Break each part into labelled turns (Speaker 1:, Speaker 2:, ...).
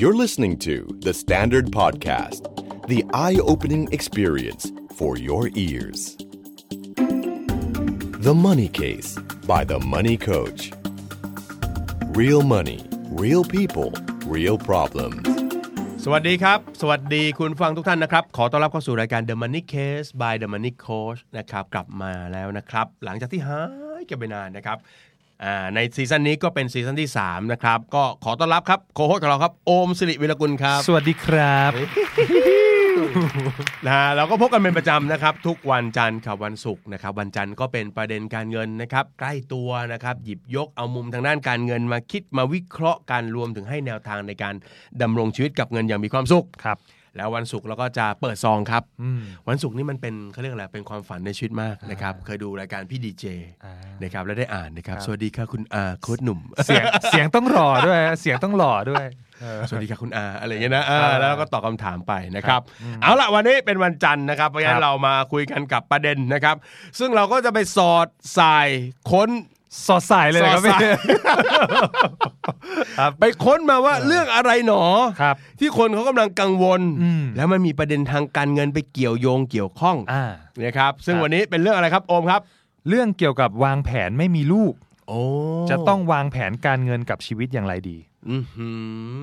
Speaker 1: You're listening to The Standard Podcast, the eye opening experience for your ears. The Money Case by The Money Coach. Real money, real people, real problems.
Speaker 2: สวัสดีครับ สวัสดีคุณฟังทุกท่านนะครับ ขอต้อนรับเข้าสู่รายการ The Money Case by The Money Coach นะครับ กลับมาแล้วนะครับ หลังจากที่หายกันไปนานนะครับอ่าในซีซั่นนี้ก็เป็นซีซั่นที่ 3 นะครับ ก็ขอต้อนรับครับ โคโฮสต์ของเราครับ โอมสิริวิรกุลครับ
Speaker 3: สวัสดีครับ
Speaker 2: นะฮะเราก็พบกันเป็นประจำนะครับ ทุกวันจันทร์กับวันศุกร์นะครับ วันจันทร์ก็เป็นประเด็นการเงินนะครับ ใกล้ตัวนะครับ หยิบยกเอามุมทางด้านการเงินมาคิดมาวิเคราะห์การรวมถึงให้แนวทางในการดำรงชีวิตกับเงินอย่างมีความสุข
Speaker 3: ครับ
Speaker 2: แล้ววันศุกร์เราก็จะเปิดซองครับ วันศุกร์นี่มันเป็นเขาเรียกอะไรเป็นความฝันในชีวิตมากนะครับ เคยดูรายการพี่ดีเจ
Speaker 3: อ่า
Speaker 2: นะครับแล้วได้อ่านนะครับ สวัสดีค่ะคุณอาโค้ดหนุ่ม
Speaker 3: เสียงเสียงต้องหล่อด้วย เสียงต้องหล่อด้วยเออ
Speaker 2: สวัสดีค่ะคุณอาอะไรอย่างเงี้ยนะเออ
Speaker 3: อ่า
Speaker 2: แล้วก็ตอบคำถามไปนะครับ เอาละวันนี้เป็นวันจันทร์นะครับ เพราะฉะนั้
Speaker 3: ครั
Speaker 2: น
Speaker 3: บ
Speaker 2: เรามาคุยกันกับประเด็นนะครับ ซึ่งเราก็จะไปสอดสายค้น
Speaker 3: สอดสายเลย นะครับ
Speaker 2: สอดสาย
Speaker 3: พี่ ครับ
Speaker 2: ไปค้นมาว่าเรื่องอะไรหนอ
Speaker 3: ครับ
Speaker 2: ที่คนเขากำลังกังวล
Speaker 3: อืม
Speaker 2: แล้วมันมีประเด็นทางการเงินไปเกี่ยวโยงเกี่ยวข้อง
Speaker 3: อ่า
Speaker 2: นะครับ ซึ่ง
Speaker 3: ครับ
Speaker 2: วันนี้เป็นเรื่องอะไรครับโอมครับ
Speaker 3: เรื่องเกี่ยวกับวางแผนไม่มีลูก
Speaker 2: โอ้
Speaker 3: จะต้องวางแผนการเงินกับชีวิตอย่างไรดี
Speaker 2: อื้อหื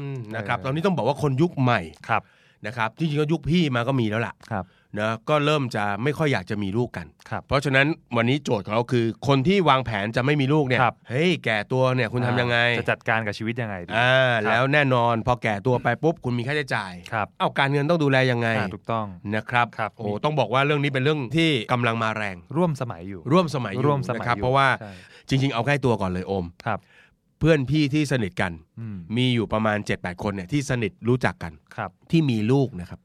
Speaker 2: อนะครับ
Speaker 3: เออ
Speaker 2: ตอนนี้ต้องบอกว่าคนยุคใหม่
Speaker 3: ครับ
Speaker 2: นะครับจริงๆก็ยุคพี่มาก็มีแล้วล่ะ
Speaker 3: ครับ
Speaker 2: นะก็เริ่มจะไม่ค่อยอยากจะมีลูกกัน
Speaker 3: ครับ
Speaker 2: เพราะฉะนั้นวันนี้โจทย์ของเราคือ คนที่วางแผนจะไม่มีลูกเนี่ย
Speaker 3: ครับ
Speaker 2: เฮ้ยแก่ตัวเนี่ยคุณทำยังไง
Speaker 3: จะจัดการกับชีวิตยังไงดี
Speaker 2: อ่า
Speaker 3: ครับ
Speaker 2: แล้วแน่นอนพอแก่ตัวไปปุ๊บคุณมีค่าใช้จ่าย
Speaker 3: ครับ
Speaker 2: เอาการเงินต้องดูแลยังไง
Speaker 3: อ่าถูกต้อง
Speaker 2: นะครับ
Speaker 3: ครับ
Speaker 2: โอ้
Speaker 3: มี
Speaker 2: ต้องบอกว่าเรื่องนี้เป็นเรื่องที่กำลังมาแรง
Speaker 3: ร่วมสมัยอยู่
Speaker 2: ร่วมสมัยอยู่
Speaker 3: ร่วมสมัย
Speaker 2: นะครับ
Speaker 3: อยู่
Speaker 2: เพราะว่า
Speaker 3: ใช่
Speaker 2: จริง ๆ เอาใกล้ตัวก่อนเลยโอม
Speaker 3: ครับ
Speaker 2: เพื่อนพี่ที่สนิทกัน
Speaker 3: อืม
Speaker 2: มีอยู่ประมาณ 7-8 คนเนี่ยที่สนิทรู้จักกัน
Speaker 3: ครับ
Speaker 2: ที่มีลูกนะครับ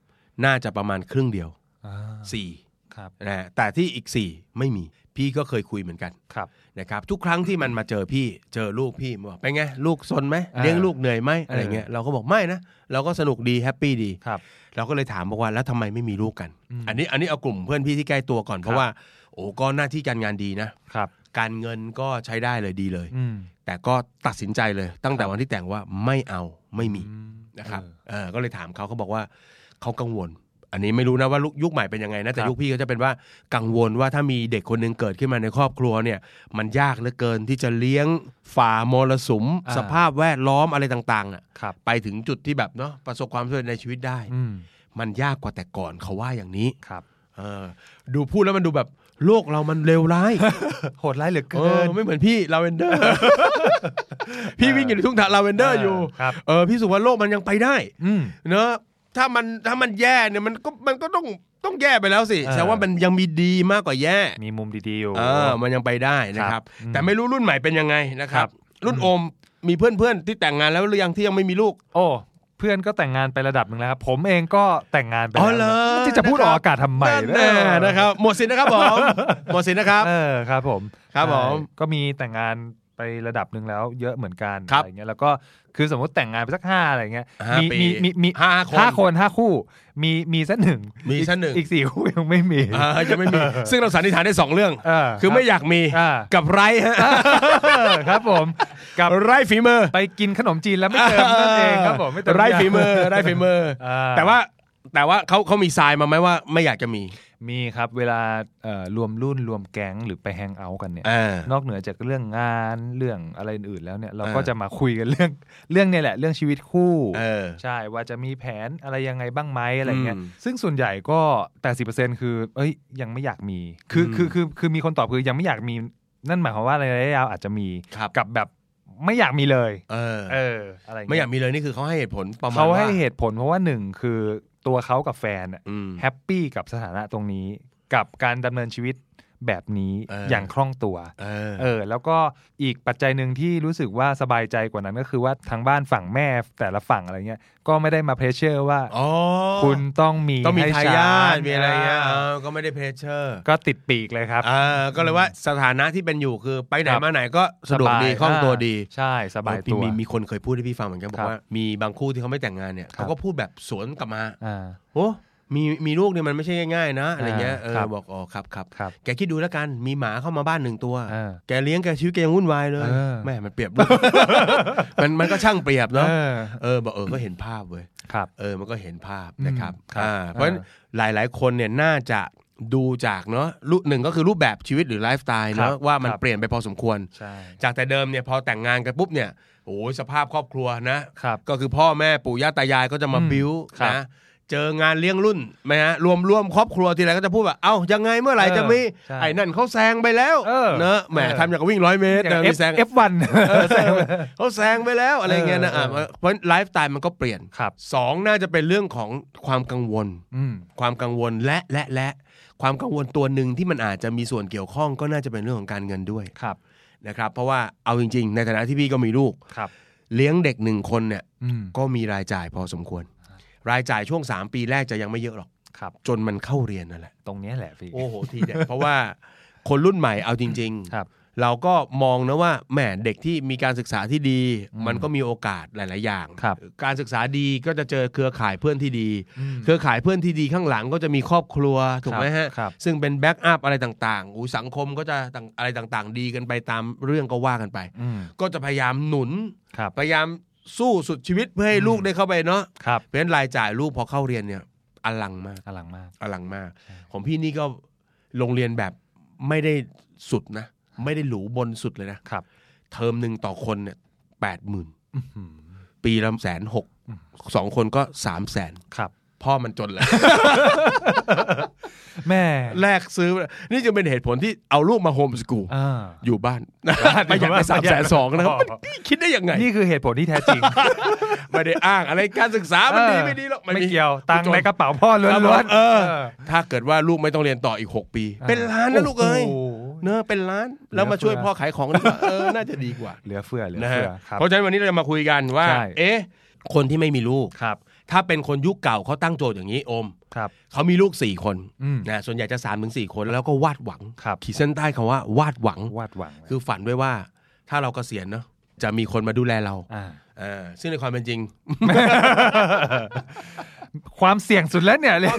Speaker 2: น่าจะประมาณครึ่งเดียว
Speaker 3: อ่า
Speaker 2: สี่
Speaker 3: ครับ
Speaker 2: นะฮะแต่ที่อีกสี่ไม่มีพี่ก็เคยคุยเหมือนกัน
Speaker 3: ครับ
Speaker 2: นะครับทุกครั้งที่มันมาเจอพี่เจอลูกพี่บอกเป็นไง ลูกซนไหม
Speaker 3: อ่า
Speaker 2: เลี้ยงลูกเหนื่อยไหมอะไรเงี้ย
Speaker 3: เออ
Speaker 2: เราก็บอกไม่นะ เราก็สนุกดีแฮปปี้ดี
Speaker 3: ครับ
Speaker 2: เราก็เลยถามบอกว่าแล้วทำไมไม่มีลูกกัน
Speaker 3: อืม
Speaker 2: อันนี้อันนี้เอากลุ่มเพื่อนพี่ที่ใกล้ตัวก่อน เพ
Speaker 3: ครั
Speaker 2: ราะ
Speaker 3: บ
Speaker 2: ว่า โอ้ก็หน้าที่การงานดีนะ
Speaker 3: ครับ
Speaker 2: การเงินก็ใช้ได้เลยดีเลย
Speaker 3: อืม
Speaker 2: แต่ก็ตัดสินใจเลย ตั้งแต่วันที่แต่งว่าไม่เอาไม่มี
Speaker 3: อืม
Speaker 2: นะครับ
Speaker 3: เออ
Speaker 2: เออก็เลยถามเขาเขาบอกว่าเขากังวล อันนี้ไม่รู้นะว่าลุคยุคใหม่เป็นยังไงนะแต่
Speaker 3: ครับ
Speaker 2: ยุคพี่ก็จะเป็นว่ากังวลว่าถ้ามีเด็กคนหนึ่งเกิดขึ้นมาในครอบครัวเนี่ย มันยากเหลือเกินที่จะเลี้ยงฝ่ามรสุม
Speaker 3: อ่า
Speaker 2: สภาพแวดล้อมอะไรต่างๆน่ะ
Speaker 3: ครับ
Speaker 2: ไปถึงจุดที่แบบเนาะประสบความสำเร็จในชีวิตได้
Speaker 3: อืม
Speaker 2: มันยากกว่าแต่ก่อนเขาว่าอย่างนี้
Speaker 3: ครับ
Speaker 2: เออดูพูดแล้วมันดูแบบโลกเรามันเลวร้าย
Speaker 3: โหดร้ายเหลือ
Speaker 2: เอ
Speaker 3: เกิ
Speaker 2: อน ไม่เหมือนพี่ลาเวนเดอร์ พี่วิ่งอยู่ในทุ่งทาลาเวนเดอร์อยู่
Speaker 3: ครับ
Speaker 2: เออพี่สุว่าโลกมันยังไปได้
Speaker 3: อืม
Speaker 2: เนอะถ้ามันถ้ามันแย่เนี่ยมันก็มันก็ต้องต้องแย่ไปแล้วสิ
Speaker 3: เออ
Speaker 2: แต่ว่ามันยังมีดีมากกว่าแย่
Speaker 3: มีมุมดีๆอยู่
Speaker 2: เออมันยังไปได้นะค
Speaker 3: ครั
Speaker 2: รับ
Speaker 3: บอืม
Speaker 2: แต่ไม่รู้รุ่นใหม่เป็นยังไงนะค
Speaker 3: ค
Speaker 2: รั
Speaker 3: รับ บ
Speaker 2: รุ่นโอมมีเพื่อนๆที่แต่งงานแล้วหรือยังที่ยังไม่มีลูก
Speaker 3: โอ้ เพื่อนก็แต่งงานไประดับหนึ่งแล้วครับ ผมเองก็แต่งงานไป
Speaker 2: อ๋
Speaker 3: แล้ว
Speaker 2: อเหรอ
Speaker 3: จะจะพูดออกอากาศทำไม
Speaker 2: นั่นแน่นะครับหมดสินนะครับ ผมหมดสินนะครับ
Speaker 3: เออครับผม
Speaker 2: ครับผม
Speaker 3: ใช่ก็มีแต่งงานไประดับหนึ่งแล้ว เยอะเหมือนกัน
Speaker 2: ครับ
Speaker 3: อะไรเงี้ยแล้วก็คือสมมติแต่งงานไปสักห้าอะไรเงี้ย
Speaker 2: ห้า
Speaker 3: มี
Speaker 2: ปี
Speaker 3: มีมีมี
Speaker 2: ห้าคน
Speaker 3: ห้าคนห้าคู่ มีมีสักหนึ่ง
Speaker 2: มีสักหนึ่ง
Speaker 3: อีกสี่ คู่ยังไม่มี
Speaker 2: อ่ายังไม่มีซึ่งเราสันนิษฐานได้สองเรื่อง
Speaker 3: เออ
Speaker 2: คือไม่อยากมี
Speaker 3: อ่า
Speaker 2: กับไรฮะ
Speaker 3: เออครับผมกับ
Speaker 2: ไรฝีมือ
Speaker 3: ไปกินขนมจีนแล้วไม่เติมนั่นเองครับผมไม่เติม
Speaker 2: ไร้ฝีมือไร้ฝีมือ
Speaker 3: อ่า
Speaker 2: แต่ว่าแต่ว่าเขาเขามีทรายมาไหมว่าไม่อยากจะมี
Speaker 3: มีครับเวลาเอ่อรวมรุ่นรวมแก๊งหรือไปแฮงเอาท์กันเนี่ย
Speaker 2: อ่า
Speaker 3: นอกเหนือจากเรื่องงานเรื่องอะไรอื่นๆแล้วเนี่ยเราก็
Speaker 2: เออ
Speaker 3: จะมาคุยกันเรื่องเรื่องเนี่ยแหละ เรื่องชีวิตคู่
Speaker 2: เออ
Speaker 3: ใช่ว่าจะมีแผนอะไรยังไงบ้างไหมอะไรเงี้ย
Speaker 2: อืม
Speaker 3: ซึ่งส่วนใหญ่ก็80%คือ เอ้ยยังไม่อยากมีคืออ
Speaker 2: ม
Speaker 3: คือคือคือมีคนตอบคือยังไม่อยากมีนั่นหมายความว่าระยะยาวอาจจะมี
Speaker 2: ครับ
Speaker 3: กับแบบไม่อยากมีเลย
Speaker 2: เออ
Speaker 3: เอออะไรเงี้
Speaker 2: ไม่อยากมีเลยนี่คือเขาให้เหตุผลประมาณ
Speaker 3: เขาให้
Speaker 2: ว่
Speaker 3: เหตุผลเพราะว่าหนึ่งคือตัวเขากับแฟนอะ
Speaker 2: อืม
Speaker 3: แฮปปี้กับสถานะตรงนี้กับการดำเนินชีวิตแบบนี้
Speaker 2: เออ
Speaker 3: อ
Speaker 2: อ
Speaker 3: ย่างคล่องตัว
Speaker 2: เออ
Speaker 3: เออแล้วก็อีกปัจจัยหนึ่งที่รู้สึกว่าสบายใจกว่านั้นก็คือว่าทางบ้านฝั่งแม่แต่ละฝั่งอะไรเงี้ยก็ไม่ได้มาเพรสเชอร์ว่า
Speaker 2: อ๋อ
Speaker 3: คุณต้องมี
Speaker 2: ต้องมี
Speaker 3: ให้
Speaker 2: ทา
Speaker 3: ฉัน
Speaker 2: ยาทมีอะไรเงี้ย
Speaker 3: า
Speaker 2: เออก็ไม่ได้เพรสเชอร์
Speaker 3: ก็ติดปีกเลยครับ
Speaker 2: อ่าก็เลยว่าสถานะที่เป็นอยู่คือไปไหน
Speaker 3: ครับ
Speaker 2: มาไหนก็สะดวกดี
Speaker 3: สบาย
Speaker 2: คล่องตัวดี
Speaker 3: ใช่สบาย
Speaker 2: มี
Speaker 3: ตัว
Speaker 2: มีมีคนเคยพูดให้พี่ฟังเหมือนกันบอ
Speaker 3: ครั
Speaker 2: ก
Speaker 3: บ
Speaker 2: ว่ามีบางคู่ที่เขาไม่แต่งงานเนี่ย
Speaker 3: ครับ
Speaker 2: เขาก็พูดแบบสวนกลับมา
Speaker 3: อ่า
Speaker 2: โอ้ มีมีลูกเนี่ยมันไม่ใช่ง่ายๆนะอะไรเงี้ยเออ
Speaker 3: ครับ
Speaker 2: บอกอ๋อครับครับ
Speaker 3: ครับ
Speaker 2: แกคิดดูแล้วกันมีหมาเข้ามาบ้านหนึ่งตัว
Speaker 3: เออ
Speaker 2: แกเลี้ยงแกชีวิตแกยังวุ่นวายเลย
Speaker 3: เออ
Speaker 2: แม่มันเปรียบ มันมันก็ช่างเปรียบเนาะ
Speaker 3: เออ
Speaker 2: เออบอกเออก็เห็นภาพเว้ย
Speaker 3: ครับ
Speaker 2: เออ มันก็เห็นภาพนะครับ
Speaker 3: อืมครับ
Speaker 2: อ่าเพราะฉะนั้นหลาย ๆ คนเนี่ยน่าจะดูจากเนาะรูปหนึ่งก็คือรูปแบบชีวิตหรือไลฟ์สไตล์
Speaker 3: ค
Speaker 2: เนาะ
Speaker 3: รับ
Speaker 2: ว่ามัน
Speaker 3: ครับ
Speaker 2: เปลี่ยนไปพอสมควร
Speaker 3: ใช่
Speaker 2: จากแต่เดิมเนี่ยพอแต่งงานกันปุ๊บเนี่ยโอ้ยสภาพครอบครัวนะ
Speaker 3: ครับ
Speaker 2: ก็คือพ่อแม่ปู่ย่าตายายก็จะมา
Speaker 3: อืม
Speaker 2: บิ้ว
Speaker 3: ครับ
Speaker 2: นะเจองานเลี้ยงรุ่นไหมฮะรวมร่วมครอบครัวทีไรก็จะพูดว่าเอ้ายังไงเมื่อไหร่จะมี
Speaker 3: เออใช่
Speaker 2: ไอ้นั่นเขาแซงไปแล้ว
Speaker 3: เออ
Speaker 2: เนอะแหม
Speaker 3: เออ
Speaker 2: ทำอย่างกับวิ่งร้อยเมตร
Speaker 3: อย่าง
Speaker 2: เดิน
Speaker 3: F-
Speaker 2: ไปแซง
Speaker 3: F1
Speaker 2: เออแซงไปเขาแซงไปแล้วอะไรเงี้ยนะอ่ะ
Speaker 3: เออ
Speaker 2: เพราะไลฟ์สไตล์มันก็เปลี่ยน
Speaker 3: ครับ
Speaker 2: สองน่าจะเป็นเรื่องของความกังวล
Speaker 3: อืม
Speaker 2: ความกังวลและและและความกังวลตัวหนึ่งที่มันอาจจะมีส่วนเกี่ยวข้องก็น่าจะเป็นเรื่องของการเงินด้วย
Speaker 3: ครับ
Speaker 2: นะครับ เพราะว่าเอาจริง ๆ ในฐานะที่พี่ก็มีลูก
Speaker 3: ครับ
Speaker 2: เลี้ยงเด็กหนึ่งคนเนี่ย
Speaker 3: อืม
Speaker 2: ก็มีรายจ่ายพอสมควร รายจ่ายช่วง 3 ปีแรกจะยังไม่เยอะหรอก
Speaker 3: ครับ
Speaker 2: จนมันเข้าเรียนนั่นแหละ
Speaker 3: ตรงเนี้ยแหละพี่
Speaker 2: โอ้โหทีเด็ด เพราะว่าคนรุ่นใหม่เอาจริง ๆ
Speaker 3: ครับ
Speaker 2: เราก็มองนะว่าแหมเด็กที่มีการศึกษาที่ดี
Speaker 3: อืม
Speaker 2: มันก็มีโอกาสหลาย ๆ อย่าง
Speaker 3: ครับ
Speaker 2: การศึกษาดีก็จะเจอเครือข่ายเพื่อนที่ดี
Speaker 3: อืม
Speaker 2: เครือข่ายเพื่อนที่ดีข้างหลังก็จะมีครอบครัวถูกไหมฮะ
Speaker 3: ครับ
Speaker 2: ซึ่งเป็นแบ็กอัพอะไรต่าง ๆ อูสังคมก็จะต่างอะไรต่างๆ ดีกันไปตามเรื่องก็ว่ากันไป
Speaker 3: อืม
Speaker 2: ก็จะพยายามหนุน
Speaker 3: ครับ
Speaker 2: พยายามสู้สุดชีวิตเพื่อให้ลูกได้เข้าไปเนาะ
Speaker 3: ครับ
Speaker 2: เพราะฉะนั้นรายจ่ายลูกพอเข้าเรียนเนี่ยอลังมาก
Speaker 3: อลังมาก
Speaker 2: อลังมาก
Speaker 3: ใช่
Speaker 2: ของพี่นี่ก็โรงเรียนแบบไม่ได้สุดนะ ไม่ได้หรูบนสุดเลยนะ
Speaker 3: ครับ
Speaker 2: เทอมหนึ่งต่อคนเนี่ยแปดหมื่น
Speaker 3: อื้อหือ
Speaker 2: ปีละแสนหก
Speaker 3: อืม
Speaker 2: สองคนก็สามแสน
Speaker 3: ครับ
Speaker 2: พ่อมันจนเลย
Speaker 3: แม่
Speaker 2: แลกซื้อ นี่จึงเป็นเหตุผลที่เอาลูกมาโฮมสกูล
Speaker 3: เออ
Speaker 2: อยู่บ้าน
Speaker 3: บ้าน
Speaker 2: ประหยัด
Speaker 3: อยู่
Speaker 2: ไป
Speaker 3: บ้าน
Speaker 2: สามแสนสองนะครับ
Speaker 3: อ๋อ
Speaker 2: มันพี่คิดได้ยังไง
Speaker 3: นี่คือเหตุผลที่แท้จริง
Speaker 2: ไม่ได้อ้างอะไรการศึกษามันดี
Speaker 3: เออ
Speaker 2: ไม่ดีหรอก
Speaker 3: ไม่เกี่ยวตังค์ในก
Speaker 2: ครับ
Speaker 3: ระเป๋าพ่อล้
Speaker 2: ครับผ
Speaker 3: วน
Speaker 2: ม
Speaker 3: ๆ
Speaker 2: เออ
Speaker 3: เออ
Speaker 2: ถ้าเกิดว่าลูกไม่ต้องเรียนต่ออีก 6 ปี เป็นล้านนะลูกเอ้ย
Speaker 3: โโห
Speaker 2: เนอะเป็นล้าน แล้วมาช่วย
Speaker 3: เหลือเฟือ
Speaker 2: พ่อขายของดีกว่าเออน่าจะดีกว่า
Speaker 3: เหลือเฟือเหลือ
Speaker 2: นะฮะ
Speaker 3: เฟือครับ
Speaker 2: เพราะฉะนั้นวันนี้เราจะมาคุยกันว่า
Speaker 3: ใช่
Speaker 2: เอ๊ะคนที่ไม่มีลูก
Speaker 3: ครับ
Speaker 2: ถ้าเป็นคนยุคเก่าเขาตั้งโจทย์อย่างนี้โอม
Speaker 3: ครับ
Speaker 2: เขามีลูกสี่คน
Speaker 3: อืม
Speaker 2: นะส่วนใหญ่จะ3ามถึงสคนแล้วก็วาดหวัง
Speaker 3: ครับ
Speaker 2: ขีดเส้นใต้คำว่าวาดหวัง
Speaker 3: วาดหวังไว้
Speaker 2: คือฝันไว้ว่า ถ้าเราเกษียณเนาะจะมีคนมาดูแลเรา
Speaker 3: ่า
Speaker 2: เออซึ่งในความเป็นจริง
Speaker 3: ความเสี่ยงสุดแล้วเนี่ยเลย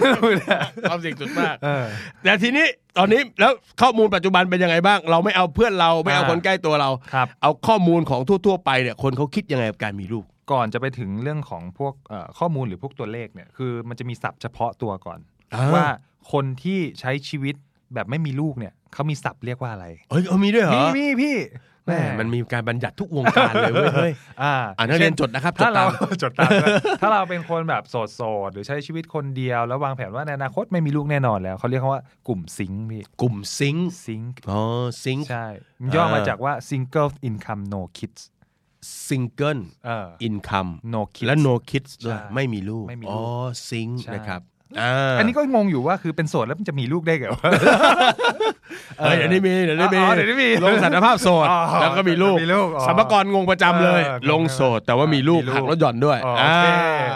Speaker 2: ความเสี่ยงสุดมาก
Speaker 3: เออ
Speaker 2: แต่ทีนี้ตอนนี้แล้วข้อมูลปัจจุบันเป็นยังไงบ้าง เราไม่เอาเพื่อนเราไม่เอา
Speaker 3: อ่า
Speaker 2: คนใกล้ตัวเรา
Speaker 3: ครับ
Speaker 2: เอาข้อมูลของทั่ว ๆ ไปเนี่ยคนเขาคิดยังไงกับการมีลูก
Speaker 3: ก่อนจะไปถึงเรื่องของพวกเอ่อข้อมูลหรือพวกตัวเลขเนี่ยคือมันจะมีศัพท์เฉพาะตัวก่อน
Speaker 2: อ่า
Speaker 3: ว่าคนที่ใช้ชีวิตแบบไม่มีลูกเนี่ยเขามีศัพท์เรียกว่าอะไร
Speaker 2: เอ้ยเอามีด้วยเหร
Speaker 3: มี
Speaker 2: อ
Speaker 3: มีพี่
Speaker 2: แหม่มันมีการบัญญัติทุกวงการเลยเว้ยเฮ้ย
Speaker 3: อ่า
Speaker 2: อ่านักเรียนจดนะครับจด
Speaker 3: ถ้า
Speaker 2: ตา
Speaker 3: เรา
Speaker 2: ม
Speaker 3: จดตามด้วยถ้าเราเป็น คนแบบโสดๆ หรือใช้ชีวิตคนเดียว แล้ววางแผนว่าในอนาคตไม่มีลูกแน่นอนแล้วเขาเรียกว่ากลุ่มซิงค์พี่
Speaker 2: กลุ่มซิงค์
Speaker 3: ซิงค์
Speaker 2: อ๋อซิงค์
Speaker 3: ใช่มันย่อมา
Speaker 2: อ่า
Speaker 3: จากว่า single income no kids
Speaker 2: ซิงเกิล
Speaker 3: เออ
Speaker 2: อินคัม
Speaker 3: no kids
Speaker 2: และ no kids ด้วย
Speaker 3: ใช่
Speaker 2: ไม่มีลูก
Speaker 3: ไม่มีลูก
Speaker 2: อ๋อซิงค์
Speaker 3: ใช่
Speaker 2: นะครับอ่า
Speaker 3: อันนี้ก็งงอยู่ว่าคือเป็นโสดแล้วมันจะมีลูกได้เหรอ
Speaker 2: เอ้ยเดี๋ยวนี้มีเดี๋ยวนี้มี
Speaker 3: อ๋อเดี๋ยวนี้มี
Speaker 2: ลงสารภาพโสด
Speaker 3: อ๋อ
Speaker 2: แล้วก็มีลูก
Speaker 3: มีลูกอ๋อ
Speaker 2: สัมภากรงงประจำเลย
Speaker 3: เออ
Speaker 2: ลงโสดแต่ว่ามีลูก
Speaker 3: มีลูก
Speaker 2: หักรถหย่อนด้วย
Speaker 3: อ๋ออ่า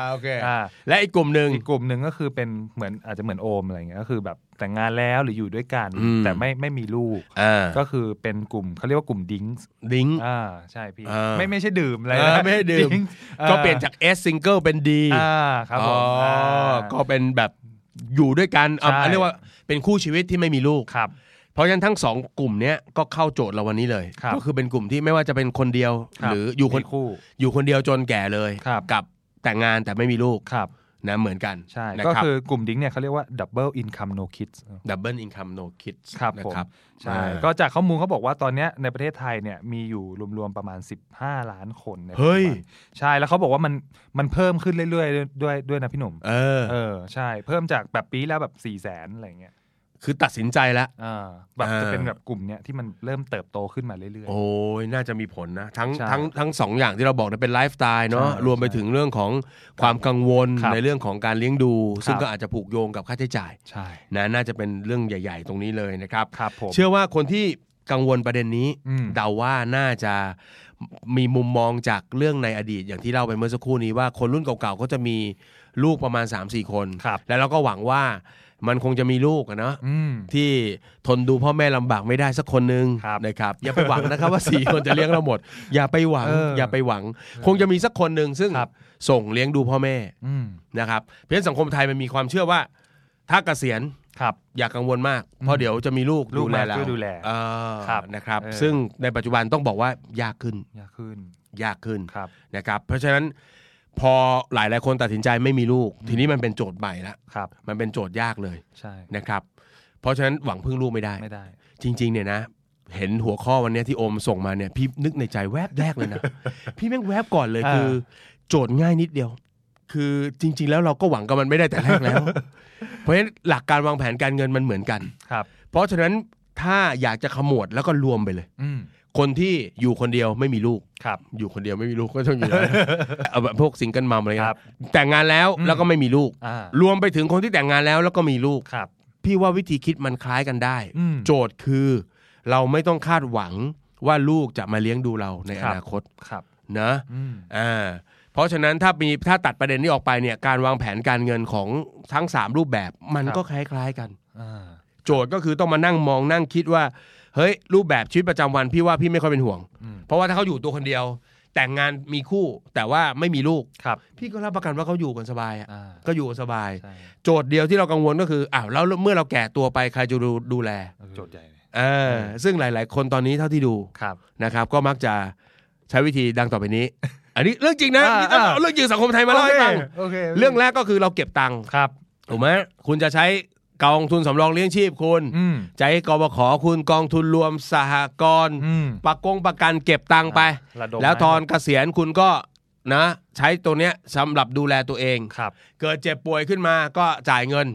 Speaker 2: าโอเค
Speaker 3: อ่า
Speaker 2: และอีกกลุ่มหนึ่ง
Speaker 3: อีกกลุ่มหนึ่งก็คือเป็นเหมือนอาจจะเหมือนโอมอะไรเงี้ยก็คือแบบแต่งงานแล้วหรืออยู่ด้วยกัน
Speaker 2: อืม
Speaker 3: แต่ไม่ไม่มีลูก
Speaker 2: อ่า
Speaker 3: ก็คือเป็นกลุ่มเขาเรียกว่ากลุ่มดิ้งส์
Speaker 2: ดิ้ง
Speaker 3: อ่าใช่พี่
Speaker 2: อ่า
Speaker 3: ไม่ไม่ใช่ดื่มอะไร
Speaker 2: เออ
Speaker 3: นะ
Speaker 2: ไม่ใช่ดื่ม
Speaker 3: ดิ้งส์
Speaker 2: ก็เปลี่ยนจาก S ซิงเกิลเป็น D
Speaker 3: อ่าครับผม
Speaker 2: อ๋ออา ก็เป็นแบบอยู่ด้วยกันเอา
Speaker 3: ใช่
Speaker 2: เรียกว่าเป็นคู่ชีวิตที่ไม่มีลูก
Speaker 3: ครับ
Speaker 2: เพราะฉะนั้นทั้งสองกลุ่มเนี้ยก็เข้าโจทย์เราวันนี้เลย
Speaker 3: ครับ
Speaker 2: ก็คือเป็นกลุ่มที่ไม่ว่าจะเป็นคนเดียว
Speaker 3: ครับ
Speaker 2: หรืออยู่คน
Speaker 3: มีคู่
Speaker 2: อยู่คนเดียวจนแก่เลย
Speaker 3: ครับ
Speaker 2: กับแต่งงานแต่ไม่มีลูก
Speaker 3: ครับ
Speaker 2: นะเหมือนกัน
Speaker 3: ใช่
Speaker 2: นะ
Speaker 3: ก็
Speaker 2: รับ
Speaker 3: คือกลุ่มดิ้งเนี่ยเขาเรียกว่า double income no kids
Speaker 2: double income no kids
Speaker 3: ครับ
Speaker 2: นะ
Speaker 3: ผม
Speaker 2: ครับ
Speaker 3: ใช่
Speaker 2: อ่า
Speaker 3: ก็จากข้อมูลเขาบอกว่าตอนเนี้ยในประเทศไทยเนี่ยมีอยู่รวมๆประมาณ 15 ล้านคนในปัจจุบัน
Speaker 2: เฮ้ย
Speaker 3: ใช่แล้วเขาบอกว่ามันมันเพิ่มขึ้นเรื่อยๆด้วยด้วยด้วยนะพี่หนุ่ม
Speaker 2: เออ
Speaker 3: เออใช่เพิ่มจากแบบปีแล้วแบบ4ี่แสนอะไรเงี้ย
Speaker 2: คือตัดสินใจแล้ว
Speaker 3: เออแบบ
Speaker 2: อ่า
Speaker 3: จะเป็นแบบกลุ่มเนี้ยที่มันเริ่มเติบโตขึ้นมาเรื่อย
Speaker 2: โอ้ยน่าจะมีผลนะ ทั้ง
Speaker 3: ใช่
Speaker 2: ทั้งทั้งสองอย่างที่เราบอกนะเป็นไลฟ์สไตล์เนาะ
Speaker 3: ใช่
Speaker 2: รวมไปถึงเรื่องของความกังวล
Speaker 3: ครับ
Speaker 2: ในเรื่องของการเลี้ยงดู
Speaker 3: ครับ
Speaker 2: ซึ่งก็อาจจะผูกโยงกับค่าใช้จ่าย
Speaker 3: ๆ ใช่
Speaker 2: นะน่าจะเป็นเรื่องใหญ่ ๆ ตรงนี้เลยนะครับ
Speaker 3: ครับผม
Speaker 2: เชื่อว่าคนที่กังวลประเด็นนี้
Speaker 3: อืม
Speaker 2: เดาว่าน่าจะมีมุมมองจากเรื่องในอดีตอย่างที่เล่าไปเมื่อสักครู่นี้ว่าคนรุ่นเก่าๆก็จะมีลูกประมาณ 3-4 คน
Speaker 3: ครับ
Speaker 2: แล้วเราก็หวังว่ามันคงจะมีลูกอะเนาะ
Speaker 3: อืม
Speaker 2: ที่ทนดูพ่อแม่ลำบากไม่ได้สักคนหนึง
Speaker 3: ครับ
Speaker 2: นะครับ อย่าไปหวังนะครับ ว่า สี่คนจะเลี้ยงเราหมด อย่าไปหวัง
Speaker 3: เอออย่
Speaker 2: อาไปหวัง คงจะมีสักคนหนึ่งซึ่ง
Speaker 3: ครับ
Speaker 2: ส่งเลี้ยงดูพ่อแม่
Speaker 3: อืม
Speaker 2: นะครับ เพราะฉะนั้นสังคมไทยมันมีความเชื่อว่า ถ้าเกษียณ
Speaker 3: ครับ
Speaker 2: อย่ากังวลมาก เพราะเดี๋ยวจะมีลูก
Speaker 3: ลูก
Speaker 2: ดูแล
Speaker 3: มา
Speaker 2: เรา
Speaker 3: ช่วยดูแล
Speaker 2: เออ
Speaker 3: ครับ
Speaker 2: นะครับ
Speaker 3: เออ
Speaker 2: ซึ่งในปัจจุบันต้องบอกว่ายากขึ้น
Speaker 3: ยากขึ้น
Speaker 2: ยากขึ้น
Speaker 3: ครับ
Speaker 2: นะครับเพราะฉะนั้นพอหลายหลายๆคนตัดสินใจไม่มีลูก ทีนี้มันเป็นโจทย์ใหม่ละ
Speaker 3: ครับ
Speaker 2: มันเป็นโจทย์ยากเลย
Speaker 3: ใช่
Speaker 2: นะครับเพราะฉะนั้นหวังพึ่งลูกไม่ได้
Speaker 3: ไม่ได้
Speaker 2: จริง ๆ เนี่ยนะ เห็นหัวข้อวันเนี้ยที่โอมส่งมาเนี่ยพี่นึกในใจแวบแรกเลยนะ พี่แม่งแวบก่อนเลย
Speaker 3: อ่า
Speaker 2: คือ โจทย์ง่ายนิดเดียว คือจริง ๆ แล้วเราก็หวังกับมันไม่ได้แต่แรก แล้ว เพราะฉะนั้นหลักการวางแผนการเงินมันเหมือนกัน
Speaker 3: ครับ
Speaker 2: เพราะฉะนั้นถ้าอยากจะขมวดแล้วก็รวมไปเลย
Speaker 3: อืม
Speaker 2: คนที่อยู่คนเดียวไม่มีลูก
Speaker 3: ครับ
Speaker 2: อยู่คนเดียวไม่มีลูกก็ต้องอยู่แล้ว เอาแบบพวกซิงเกิลมัมอะไร
Speaker 3: ครั
Speaker 2: เงี้
Speaker 3: บ
Speaker 2: ยแต่งงานแล้ว
Speaker 3: อืม
Speaker 2: แล้วก็ไม่มีลูก
Speaker 3: อ่าร
Speaker 2: วมไปถึงคนที่แต่งงานแล้วแล้วก็มีลูก
Speaker 3: ครับ
Speaker 2: พี่ว่าวิธีคิดมันคล้ายกันได้
Speaker 3: อืม
Speaker 2: โจทย์คือ เราไม่ต้องคาดหวังว่าลูกจะมาเลี้ยงดูเราใน
Speaker 3: ค
Speaker 2: อ
Speaker 3: รับ
Speaker 2: นาคต
Speaker 3: ครับ
Speaker 2: นะ
Speaker 3: อืม
Speaker 2: อ่าเพราะฉะนั้นถ้ามีถ้าตัดประเด็นนี้ออกไปเนี่ยการวางแผนการเงินของทั้ง 3 รูปแบบมันก็คล้ายๆกัน
Speaker 3: อ่า
Speaker 2: โจทย์ก็คือต้องมานั่งมองนั่งคิดว่าเฮ้ยรูปแบบชีวิตประจำวันพี่ว่าพี่ไม่ค่อยเป็นห่วง
Speaker 3: อืม
Speaker 2: เพราะว่าถ้าเขาอยู่ตัวคนเดียว แต่งงานมีคู่แต่ว่าไม่มีลูก
Speaker 3: ครับ
Speaker 2: พี่ก็รับประกันว่าเขาอยู่กันสบายอะ
Speaker 3: อ่า
Speaker 2: ก็อยู่กันสบาย
Speaker 3: ใช่
Speaker 2: โจทย์เดียวที่เรากังวลก็คืออ้าวแล้วเมื่อเราแก่ตัวไปใครจะดูดูแล
Speaker 3: โจทย์ใหญ่เลย
Speaker 2: เออซึ่งหลาย ๆ คนตอนนี้เท่าที่ดู
Speaker 3: ครับ
Speaker 2: นะครับ ก็มักจะใช้วิธีดังต่อไปนี้ อันนี้เรื่องจริงนะ
Speaker 3: อ่า
Speaker 2: นี่ต้อง
Speaker 3: อ่า
Speaker 2: เอาเรื่องจริงสังคมไทยมาเล่าให้ฟัง
Speaker 3: โอเค
Speaker 2: เรื่องแรกก็คือเราเก็บตังค์
Speaker 3: ครับ
Speaker 2: ถูกไหมคุณจะใช้กองทุนสำรองเลี้ยงชีพคุณ
Speaker 3: อืม
Speaker 2: ใช้กบขคุณกองทุนรวมสหกรณ์
Speaker 3: อืม
Speaker 2: ประกงประกันเก็บตังค์ไป
Speaker 3: ระดม
Speaker 2: แล้วตอนเกษียณคุณก็นะใช้ตัวเนี้ยสำหรับดูแลตัวเอง
Speaker 3: ครับ
Speaker 2: เกิดเจ็บป่วยขึ้นมาก็จ่ายเงิน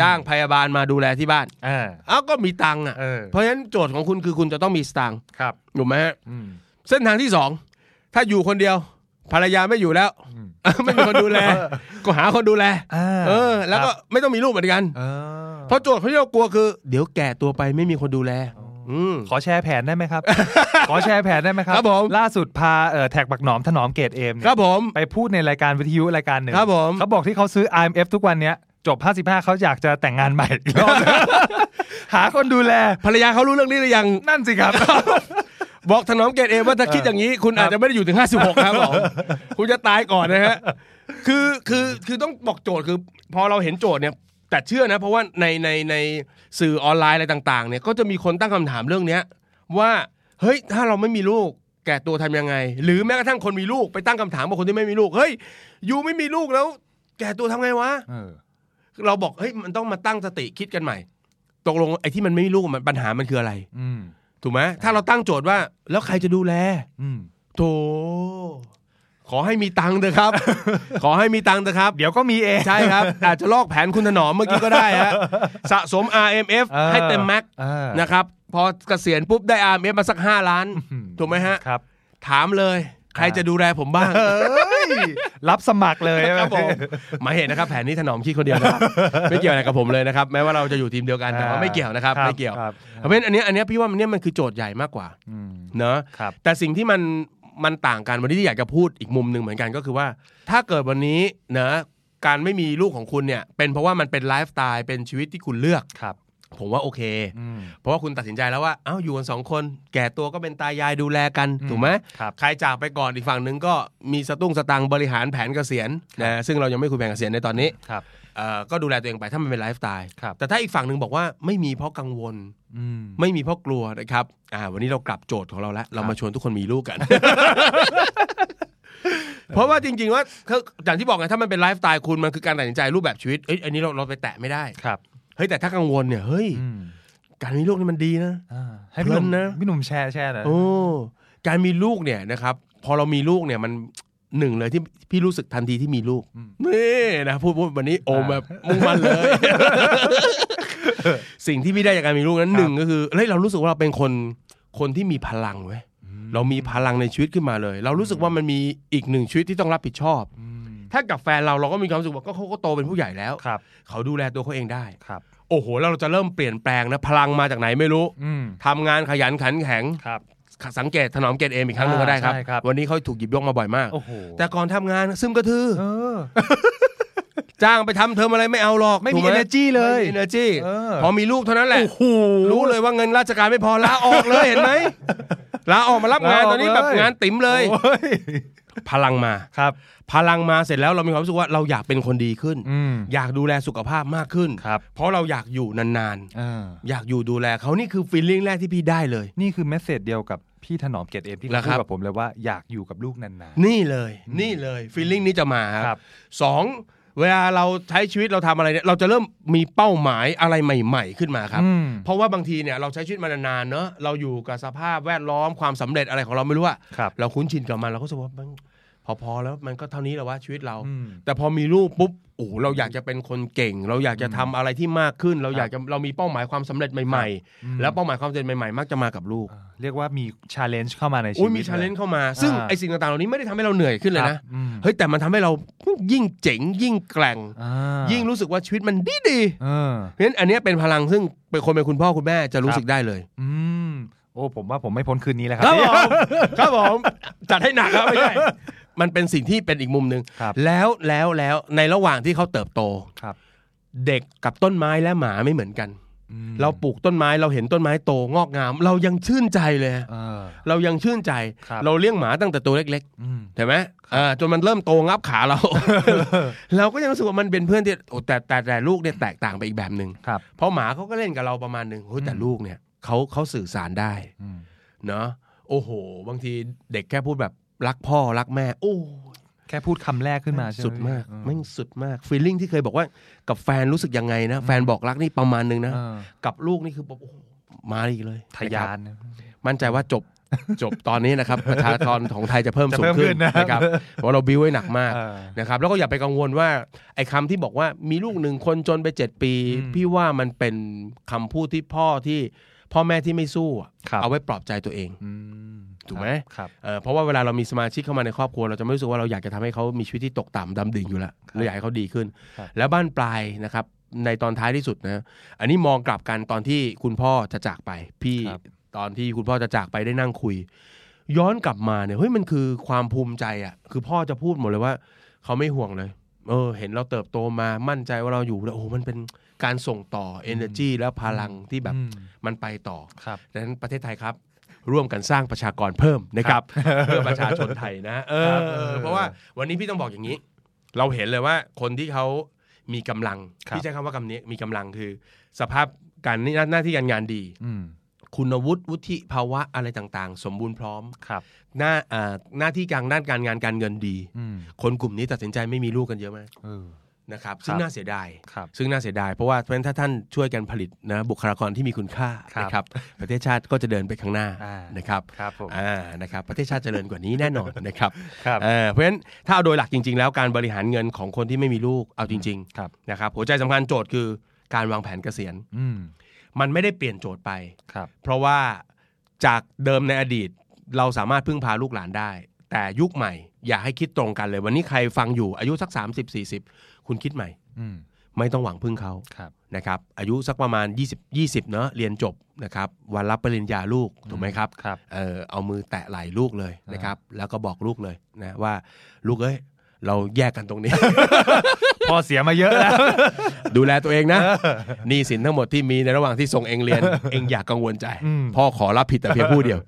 Speaker 2: จ้างพยาบาลมาดูแลที่บ้าน
Speaker 3: อ่า
Speaker 2: เอ้าก็มีตังค์อ่ะ
Speaker 3: เออ
Speaker 2: เพราะฉะนั้นโจทย์ของคุณคือคุณจะต้องมีสตังค์
Speaker 3: ครับ
Speaker 2: ถูกไหมฮะ
Speaker 3: อืม
Speaker 2: เส้นทางที่สองถ้าอยู่คนเดียว ภรรยาไม่อยู่แล้ว
Speaker 3: อืม
Speaker 2: ไม่มีคนดูแล ก็หาคนดูแล
Speaker 3: อ่า
Speaker 2: เออ แล้วก็
Speaker 3: ครับ
Speaker 2: ไม่ต้องมีลูกเหมือนกัน
Speaker 3: เออ
Speaker 2: เพราะโจทย์เขาที่เรากลัวคือ เดี๋ยวแก่ตัวไปไม่มีคนดูแล อืม
Speaker 3: ขอแชร์แผนได้ไห มครับ ขอแชร์แผนได้ไหมครับ
Speaker 2: ครับผม
Speaker 3: ล่าสุดพาเอ่อแท็กบักหนอมถนอมเกรดเอมเนี่ย
Speaker 2: ครับผม
Speaker 3: ไปพูดในรายการวิทยุรายการหนึ่ง
Speaker 2: ครับผม
Speaker 3: เขาบอกที่เขาซื้อ IMF ทุกวันเนี้ย จบ 55 เขาอยากจะแต่งงานใหม่อีกรอบ หาคนดูแล
Speaker 2: ภรรยาเขารู้เรื่องนี้หรือยัง
Speaker 3: นั่นสิครับ
Speaker 2: บอกถนอมเกตเองว่าถ้าคิดอย่างนี้ คุณอาจจะไม่ได้อยู่ถึง 56 ครับผมคุณจะตายก่อนนะฮะคือคือคือต้องบอกโจทย์คือ พอเราเห็นโจทย์เนี่ย แต่เชื่อนะ เพราะว่าในในในสื่อออนไลน์อะไรต่าง ๆ เนี่ยก็จะมีคนตั้งคำถามเรื่องเนี้ย ว่าเฮ้ยถ้าเราไม่มีลูก แก่ตัวทำยังไง หรือแม้กระทั่งคนมีลูกไปตั้งคำถามกับคนที่ไม่มีลูกเฮ้ยอยู่ไม่มีลูกแล้ว แก่ตัวทำไงวะ
Speaker 3: เออ
Speaker 2: เราบอกเฮ้ยมันต้องมาตั้งสติคิดกันใหม่ ตกลงไอ้ที่มันไม่มีลูกมันปัญหามันคืออะไร
Speaker 3: อืม
Speaker 2: ถูกไหมถ้าเราตั้งโจทย์ว่า แล้วใครจะดูแล
Speaker 3: อืม
Speaker 2: โถขอให้มีตังค์เถ อะครับ ขอให้มีตังค์เถอะครับ
Speaker 3: เดี๋ยวก็มีเอง
Speaker 2: ใช่ครับ อาจจะลอกแผนคุณถนอมเมื่อกี้ก็ได้ฮะสะสม RMF
Speaker 3: เออ
Speaker 2: ให้เต็มแม็กซ์
Speaker 3: เออ
Speaker 2: นะครับพอเกษียณปุ๊บได้ RMF มาสัก 5 ล้าน
Speaker 3: อื
Speaker 2: ถูกไหมฮะ
Speaker 3: ครับ
Speaker 2: ถามเลย ใครจะดูแลผมบ้ าง
Speaker 3: รับสมัครเลยใช่ไห
Speaker 2: ครับผมหมายเหตุนะครับ แผนนี้ถนอมคิดคนเดียว นะครับ ไม่เกี่ยวอะไรกับผมเลยนะครับ แม้ว่าเราจะอยู่ทีมเดียวกันแต่ว่าไม่เกี่ยวนะครับไม่เกี่ยว
Speaker 3: ครับ
Speaker 2: เพราะฉะนั้นอันเนี้ยอันเนี้ยพี่ว่ามันเนี่ยมันคือโจทย์ใหญ่มากกว่า
Speaker 3: อืม
Speaker 2: เนอะ
Speaker 3: ครับ
Speaker 2: แต่สิ่งที่มันมันต่างกันวันนี้ที่อยากจะพูดอีกมุมหนึ่งเหมือนกันก็คือว่า ถ้าเกิดวันนี้นะการไม่มีลูกของคุณเนี่ย เป็นเพราะว่ามันเป็นไลฟ์สไตล์เป็นชีวิตที่คุณเลือก
Speaker 3: ครับ
Speaker 2: ผมว่าโอเค
Speaker 3: อืม
Speaker 2: เพราะว่าคุณตัดสินใจแล้วว่าเอ้าอยู่กันสองคน แก่ตัวก็เป็นตายายดูแลกันถูกไหม
Speaker 3: ครับ
Speaker 2: ใครจากไปก่อนอีกฝั่งหนึ่งก็มีสตุ้งสตังค์บริหารแผนเกษียณนะซึ่งเรายังไม่คุยแผนเกษียณในตอนนี้
Speaker 3: ครับ
Speaker 2: เอ่อก็ดูแลตัวเองไปถ้ามันเป็นไลฟ์สไตล์
Speaker 3: ครับ
Speaker 2: แต่ถ้าอีกฝั่งหนึ่งบอกว่าไม่มีเพราะกังวล
Speaker 3: อืม
Speaker 2: ไม่มีเพราะกลัวนะครับอ่าวันนี้เรากลับโจทย์ของเราแล้ว เรามาชวนทุกคนมีลูก กัน เพราะว่าจริงๆว่าคืออย่างที่บอกไงถ้ามันเป็นไลฟ์สไตล์คุณมันคือการตัดสินใจรูปแบบชีวิตเอ้ยอันนี้เราเราไปแตะไม่ได้
Speaker 3: ครับ
Speaker 2: เฮ้ยแต่ถ้ากังวลเนี่ยเฮ้ย
Speaker 3: อืม
Speaker 2: การมีลูกนี่มันดีนะ
Speaker 3: อ่าให้พี่หนุ่ม
Speaker 2: เพลินนะ
Speaker 3: พี่หนุ่มแชร์แชร์หน่อย
Speaker 2: โอ้การมีลูกเนี่ยนะครับพอเรามีลูกเนี่ยมันหนึ่งเลยที่พี่รู้สึกทันทีที่มีลูกนี่นะพูดพูดวันนี้โอมแบบมุ่งมัน เลย สิ่งที่พี่ได้จากการมีลูกนั้นหนึ่งก็คือเฮ้ยเรารู้สึกว่าเราเป็นคนคนที่มีพลังเว้ยเรามีพลังในชีวิตขึ้นมาเลย เรารู้สึกว่ามันมีอีกหนึ่งชีวิตที่ต้องรับผิดชอบ
Speaker 3: อืม
Speaker 2: ถ้ากับแฟนเราเราก็มีความรู้สึกว่าก็เขาก็โตเป็นผู้ใหญ่แล้ว
Speaker 3: ครับ
Speaker 2: เขาดูแลตัวเขาเองได้
Speaker 3: ครับ
Speaker 2: โอ้โหแล้วเราจะเริ่มเปลี่ยนแปลงนะพลังมาจากไหนไม่รู้
Speaker 3: อืม
Speaker 2: ทำงานขยันขันแข็ง
Speaker 3: ครับ
Speaker 2: สังเกตถนอมเกตเอมอีกครั้งหนึ่งก็ได้ครับ
Speaker 3: อ่าใช่ครับ
Speaker 2: วันนี้เขาถูกหยิบยกมาบ่อยมาก
Speaker 3: โอ้โห
Speaker 2: แต่ก่อนทำงานซึมกระทือ
Speaker 3: เออ
Speaker 2: จ้างไปทำเทอมอะไรไม่เอาหรอก
Speaker 3: ไม่มี
Speaker 2: ถูกห
Speaker 3: energy เลย
Speaker 2: ไม่มี energy
Speaker 3: เออ
Speaker 2: พอมีลูกเท่านั้นแหละ
Speaker 3: โอ้โห
Speaker 2: รู้เลยว่าเงินราชการไม่ พอลาออกเลยเห็นไหมลาออกมารับงาน
Speaker 3: ลาออ
Speaker 2: ต
Speaker 3: ก
Speaker 2: อนนี้แบบ
Speaker 3: เลย
Speaker 2: งานติ๋มเลย
Speaker 3: โอ้ย
Speaker 2: พลังมา
Speaker 3: ครับ
Speaker 2: พลังมาเสร็จแล้วเรามีความรู้สึกว่าเราอยากเป็นคนดีขึ้น
Speaker 3: อืม
Speaker 2: อยากดูแลสุขภาพมากขึ้น
Speaker 3: ครับ
Speaker 2: เพราะเราอยากอยู่นาน
Speaker 3: อ่า
Speaker 2: ๆ อยากอยู่ดูแลเขานี่คือฟีลลิ่งแรกที่พี่ได้เลย
Speaker 3: นี่คือเมสเซจเดียวกับพี่ถนอมเกตเอฟที่
Speaker 2: แล้
Speaker 3: เขา
Speaker 2: วครับ
Speaker 3: พูดกับผมเลยว่าอยากอยู่กับลูกนาน
Speaker 2: นี่เลยนี่เลยฟีลลิ่งนี้จะมาค
Speaker 3: ครั
Speaker 2: รับบ สองเวลาเราใช้ชีวิตเราทำอะไรเนี่ยเราจะเริ่มมีเป้าหมายอะไรใหม่ ๆ ขึ้นมา
Speaker 3: ๆ
Speaker 2: ครับ
Speaker 3: อืม
Speaker 2: เพราะว่าบางทีเนี่ยเราใช้ชีวิตมานานๆเนอะเราอยู่กับสภาพแวดล้อมความสำเร็จอะไรของเราไม่รู้อะ
Speaker 3: ครับ
Speaker 2: เราคุ้นชินกับมันเราก็รู้สึกว่ามันพอๆแล้วมันก็เท่านี้แหละว่าชีวิตเรา
Speaker 3: อืม
Speaker 2: แต่พอมีลูกปุ๊บโอ้โหเราอยากจะเป็นคนเก่ง เราอยากจะทำอะไรที่มากขึ้น เราอยากจะเรามีเป้าหมายความสำเร็จใหม่
Speaker 3: อืม
Speaker 2: ๆ แล้วเป้าหมายความสำเร็จใหม่ๆ มักจะมากับลูก
Speaker 3: อ่าเรียกว่ามีชาเลนจ์เข้ามาในชี
Speaker 2: อุ้ย
Speaker 3: วิต
Speaker 2: มีชาเลนจ์
Speaker 3: ย
Speaker 2: เข้ามา ซึ่ง
Speaker 3: อ่า
Speaker 2: ไอ้สิ่งต่างๆเหล่านี้ไม่ได้ทำให้เราเหนื่อยขึ้นเลย
Speaker 3: ค
Speaker 2: นะ
Speaker 3: รับอืม
Speaker 2: เฮ้ยแต่มันทำให้เรายิ่งเจ๋งยิ่งแกร่ง
Speaker 3: อ่า
Speaker 2: ยิ่งรู้สึกว่าชีวิตมันดีดี
Speaker 3: เออ
Speaker 2: ๆเพราะฉะนั้นอันเนี้ยเป็นพลังซึ่งเป็นคนเป็นคุณพ่อคุณแม่จะรู้
Speaker 3: ครับ
Speaker 2: สึกได้เลย
Speaker 3: อืมโอ้ผมว่าผมไม่พ้นคืนนี้แล้ว
Speaker 2: ค
Speaker 3: ครั
Speaker 2: รับ
Speaker 3: เนี่
Speaker 2: ผ
Speaker 3: ย
Speaker 2: มครับผมจัดให้หนักครับไม่ใช่มันเป็นสิ่งที่เป็นอีกมุมหนึ่ง
Speaker 3: ครับ
Speaker 2: แล้วแล้วแล้วในระหว่างที่เขาเติบโต
Speaker 3: ครับ
Speaker 2: เด็กกับต้นไม้และหมาไม่เหมือนกัน
Speaker 3: อืม
Speaker 2: เราปลูกต้นไม้เราเห็นต้นไม้โตงอกงาม เรายังชื่นใจเลย
Speaker 3: เออ
Speaker 2: เรายังชื่นใจ
Speaker 3: ครับ
Speaker 2: เราเลี้ยงหมาตั้งแต่ตัวเล็ก
Speaker 3: อืม
Speaker 2: ๆใช่ไหมอ่าจนมันเริ่มโตงับขา เรา เราก็ยังรู้สึกว่ามันเป็นเพื่อนที่โอ้แต่แต่แต่ลูกเนี่ยแตกต่างไปอีกแบบหนึ่ง
Speaker 3: ครับ
Speaker 2: เพราะหมาเขาก็เล่นกับเราประมาณหนึ่งเฮ้ยแต่
Speaker 3: อืม
Speaker 2: ลูกเนี่ยเขาเขาสื่อสารได้
Speaker 3: อืม
Speaker 2: เนาะโอ้โห บางทีเด็กแค่พูดแบบรักพ่อรักแม่ โอ้ย
Speaker 3: แค่พูดคำแรกขึ้นมาใช่ไหม
Speaker 2: สุดมาก
Speaker 3: เออ
Speaker 2: แม่งสุดมากฟีลลิ่งที่เคยบอกว่ากับแฟนรู้สึกยังไงนะ แฟนบอกรักนี่ประมาณนึงนะ
Speaker 3: เออ
Speaker 2: กับลูกนี่คือแบบโอ้โหมาอีกเลย
Speaker 3: ทะยา
Speaker 2: ะครับ
Speaker 3: น
Speaker 2: มั่นใจว่าจบ จบตอนนี้นะครับ ประชากรของไทยจะเพิ่ม
Speaker 3: จะ
Speaker 2: สูง
Speaker 3: เพิ่ม
Speaker 2: ขึ้
Speaker 3: ขึ้
Speaker 2: น
Speaker 3: นนะ
Speaker 2: นะครับเพราะเราบิ้วไว้หนักมาก
Speaker 3: เออ
Speaker 2: นะครับ แล้วก็อย่าไปกังวลว่าไอ้คำที่บอกว่ามีลูกหนึ่งคนจนไปเจ็ดปี
Speaker 3: อืม
Speaker 2: พี่ว่ามันเป็นคำพูดที่พ่อที่พ่อแม่ที่ไม่สู้อะ
Speaker 3: ครับ
Speaker 2: เอาไว้ปลอบใจตัวเอง
Speaker 3: อืม
Speaker 2: ถูกไหม
Speaker 3: ครับ
Speaker 2: เอ่อเพราะว่าเวลาเรามีสมาชิกเข้ามาในครอบครัว เราจะไม่รู้สึกว่าเราอยากจะทำให้เขามีชีวิตที่ตกต่ำดำดิ่งอยู่แล้ว
Speaker 3: ครับ
Speaker 2: เราอยากให้เขาดีขึ้น
Speaker 3: ครับ
Speaker 2: แล้วบ้านปลายนะครับในตอนท้ายที่สุดนะอันนี้มองกลับกันตอนที่คุณพ่อจะจากไป พี่
Speaker 3: ครับ
Speaker 2: ตอนที่คุณพ่อจะจากไปได้นั่งคุย ย้อนกลับมาเนี่ยเฮ้ยมันคือความภูมิใจอ่ะคือพ่อจะพูดหมดเลยว่าเขาไม่ห่วงเลยเออเห็นเราเติบโตมามั่นใจว่าเราอยู่แล้วโอ้โหมันเป็นการส่งต่อ energy และพลังที่แบบ
Speaker 3: อืม
Speaker 2: มันไปต่อ
Speaker 3: ครับ
Speaker 2: ดังนั้นประเทศไทยครับ ร่วมกันสร้างประชากรเพิ่มนะครับ เพื่อประชาชนไทยนะเออ
Speaker 3: ครับ
Speaker 2: เอ
Speaker 3: เอ
Speaker 2: อ
Speaker 3: อ
Speaker 2: เพราะว่าวันนี้พี่ต้องบอกอย่างนี้ เราเห็นเลยว่าคนที่เขามีกำลัง
Speaker 3: ครับ
Speaker 2: พี่ใช้คำว่ากำนี้มีกำลังคือ สภาพการหน้าหน้าที่การงานดี
Speaker 3: อืม
Speaker 2: คุณวุฒิวุฒิภาวะอะไรต่างๆ สมบูรณ์พร้อม
Speaker 3: ครับ
Speaker 2: หน้าอ่าหน้าที่การด้านการงานการเงินดี
Speaker 3: อืม
Speaker 2: คนกลุ่มนี้ตัดสินใจไม่มีลูกกันเยอะมาก
Speaker 3: เออ
Speaker 2: นะครับ
Speaker 3: ครับ
Speaker 2: ซึ่งน่าเสียดาย
Speaker 3: ครับ
Speaker 2: ซึ่งน่าเสียดายเพราะว่าเพราะฉะนั้นถ้าท่านช่วยกันผลิตนะบุคลากรที่มีคุณค่า
Speaker 3: ครับ
Speaker 2: นะครับ ประเทศชาติก็จะเดินไปข้างหน้า
Speaker 3: อ่าน
Speaker 2: นะครับ
Speaker 3: ครับผม
Speaker 2: อ่านะครับ ประเทศชาติเจริญกว่านี้แน่นอน นะครับ
Speaker 3: ครับ
Speaker 2: เอ่อเพราะฉะนั้นถ้าเอาโดยหลักจริง ๆ แล้วการบริหารเงินของคนที่ไม่มีลูกเอาจริง
Speaker 3: ครับ
Speaker 2: ๆ นะครับ หัวใจสำคัญโจทย์คือการวางแผนเกษียณ
Speaker 3: อืม
Speaker 2: มันไม่ได้เปลี่ยนโจทย์ไป
Speaker 3: ครับ
Speaker 2: เพราะว่าจากเดิมในอดีตเราสามารถพึ่งพาลูกหลานได้ แต่ยุคใหม่ อย่าให้คิดตรงกันเลย วันนี้ใครฟังอยู่อายุสัก 30-40 คุณคิดใหม่
Speaker 3: อืม
Speaker 2: ไม่ต้องหวังพึ่งเขา
Speaker 3: ครับ
Speaker 2: นะครับอายุสักประมาณ 20 20เนอะเรียนจบนะครับวันรับปริญญาลูกถูกไหมครับ
Speaker 3: ครับ
Speaker 2: เออเอามือแตะไหล่ลูกเลยนะครับแล้วก็บอกลูกเลยนะว่าลูกเอ้ยเราแยกกันตรงนี้
Speaker 3: พอเสียมาเยอะแล้ว
Speaker 2: ดูแลตัวเองนะหนี้สินทั้งหมดที่มีในระหว่างที่ส่งเองเรี ยน เองอย่ากกังวลใจ
Speaker 3: อืม
Speaker 2: พ่อขอรับผิดแต่เพียงผู้เดี ยว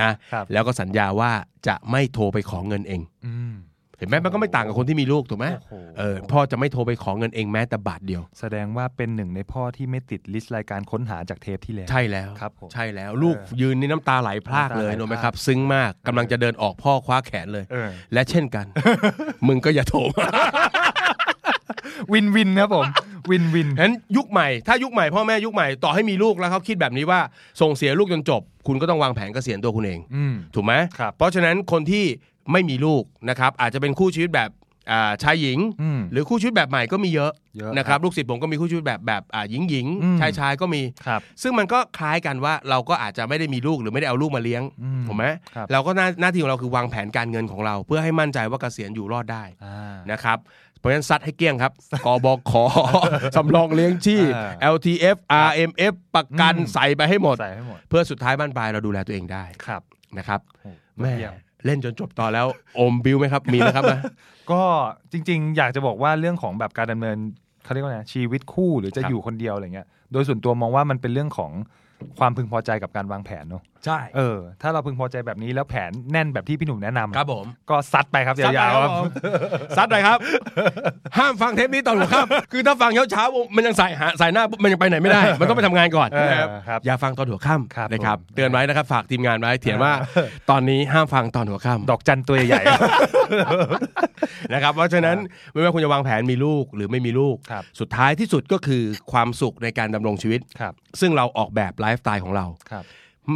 Speaker 2: นะครับ แล้วก็สัญญาว่าจะไม่โทรไปขอเงินเอง
Speaker 3: อืม
Speaker 2: เห็นไหมมันก็ไม่ต่างกับคนที่มีลูกถูกไหม
Speaker 3: โอ้โห
Speaker 2: เออพ่อจะไม่โทรไปขอเงินเองแม้แต่บาทเดียว
Speaker 3: แสดงว่าเป็นหนึ่งในพ่อที่ไม่ติดลิสต์รายการค้นหาจากเทปที่แล้ว
Speaker 2: ใช่แล้ว
Speaker 3: ครับผม
Speaker 2: ใช่แล้วลูกยืนนี่น้ำตาไหลพรากเลย
Speaker 3: น้ำตาไหล
Speaker 2: นไหม
Speaker 3: พราก
Speaker 2: ครับ ซึ้งมากกำลังจะเดินออกพ่อคว้าแขนเลย
Speaker 3: เออ
Speaker 2: และเช่น กัน มึงก็อย่าโทรมา
Speaker 3: วินวินครับผม วินวิน
Speaker 2: ฉะนั้นยุคใหม่ถ้ายุคใหม่พ่อแม่ยุคใหม่ต่อให้มีลูกแล้วเขาคิดแบบนี้ว่าส่งเสียลูกจนจบ คุณก็ต้องวางแผนเกษียณตัวคุณเอง
Speaker 3: อืม
Speaker 2: ถูกไหม
Speaker 3: ครับ
Speaker 2: เพราะฉะนั้นคนที่ไม่มีลูกนะครับอาจจะเป็นคู่ชีวิตแบบอ่าชายหญิง
Speaker 3: อืม
Speaker 2: หรือคู่ชีวิตแบบใหม่ก็มีเยอะ
Speaker 3: เยอะ
Speaker 2: นะครับลูกศิษย์ผมก็มีคู่ชีวิตแบบแบบอ่าหญิงหญิง
Speaker 3: อืม
Speaker 2: ชายชายก็มี
Speaker 3: ครับ
Speaker 2: ซึ่งมันก็คล้ายกันว่าเราก็อาจจะไม่ได้มีลูกหรือไม่ได้เอาลูกมาเลี้ยง
Speaker 3: อืม
Speaker 2: ถูกไหม
Speaker 3: ครับ
Speaker 2: เราก็หน้าหน้าที่ของเราคือวางแผนการเงินของเรา เพื่อให้มั่นใจว่าเกษียณอยู่รอดได้
Speaker 3: อ่า
Speaker 2: นะครับเพราะฉะนั้นซัดให้เกลี้ยงครับ กบ ขอ สำรองเลี้ยงชีพ
Speaker 3: อ่า
Speaker 2: LTF RMF ประกัน
Speaker 3: อืม
Speaker 2: ใส่ไปให้หมด
Speaker 3: ใส่ให้หมด
Speaker 2: เพื่อสุดท้ายบ้านปลายเราดูแลตัวเองได้
Speaker 3: ครับ
Speaker 2: นะครับ
Speaker 3: โอ้
Speaker 2: แม่
Speaker 3: เยี่ยม
Speaker 2: เล่นจนจบตอนแล้วอมบิวไหมครับมีไหมครับนะ
Speaker 3: ก็จริง ๆ อยากจะบอกว่าเรื่องของแบบการดำเนินเขาเรียกว่าไงชีวิตคู่หรือจะ
Speaker 2: ครับ
Speaker 3: อยู่คนเดียวอะไรเงี้ย โดยส่วนตัวมองว่ามันเป็นเรื่องของความพึงพอใจกับการวางแผนเนอะ
Speaker 2: ใช่
Speaker 3: เออ ถ้าเราพึงพอใจแบบนี้แล้วแผนแน่นแบบที่พี่หนุ่มแนะนำ
Speaker 2: ครับผม
Speaker 3: ก็ซัดไปครับยาวๆครับ
Speaker 2: ซัดไปครับ ห้ามฟังเทปนี้ตอนหัวค่ำคือถ้าฟังเช้าเช้าๆมันยังสายหาสายหน้าปุ๊บมันยังไปไหนไม่ได้ มันต้องไปทำงานก่อน
Speaker 3: เออ
Speaker 2: นะครับ
Speaker 3: ครับ
Speaker 2: อย่าฟังตอนหัวค่
Speaker 3: ครับ
Speaker 2: ำนะครับ
Speaker 3: ผม
Speaker 2: เตือนไว้นะครับฝากทีมงานไว้เถียงว่าตอนนี้ห้ามฟังตอนหัวค่ำ
Speaker 3: ดอกจันตัวใหญ่ๆ
Speaker 2: นะครับเพราะฉะนั้นไม่ว่าคุณจะวางแผนมีลูกหรือไม่มีลูก
Speaker 3: ครับ
Speaker 2: สุดท้ายที่สุดก็คือความสุขในการดำรงชีวิต
Speaker 3: ครับ
Speaker 2: ซึ่งเราออกแบบไลฟ์สไตล์ของเรา
Speaker 3: ครับ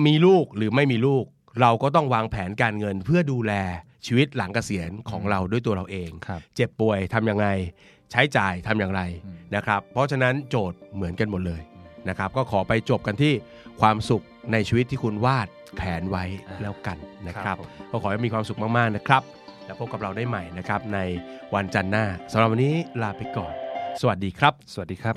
Speaker 2: มีลูกหรือไม่มีลูก เราก็ต้องวางแผนการเงินเพื่อดูแลชีวิตหลังเกษียณของเราด้วยตัวเราเอง
Speaker 3: ครับ
Speaker 2: เจ็บป่วยทำยังไง ใช้จ่ายทำอย่างไร
Speaker 3: อืม
Speaker 2: นะครับ เพราะฉะนั้นโจทย์เหมือนกันหมดเลยนะครับ ก็ขอไปจบกันที่ความสุขในชีวิตที่คุณวาดแผนไว้แล้วกันนะครับ
Speaker 3: ผม
Speaker 2: ก็ขอให้มีความสุขมาก ๆ นะครับ แล้วพบกับเราได้ใหม่นะครับ ในวันจันทร์หน้าสำหรับวันนี้ลาไปก่อน สวัสดีครับ
Speaker 3: สวัสดีครับ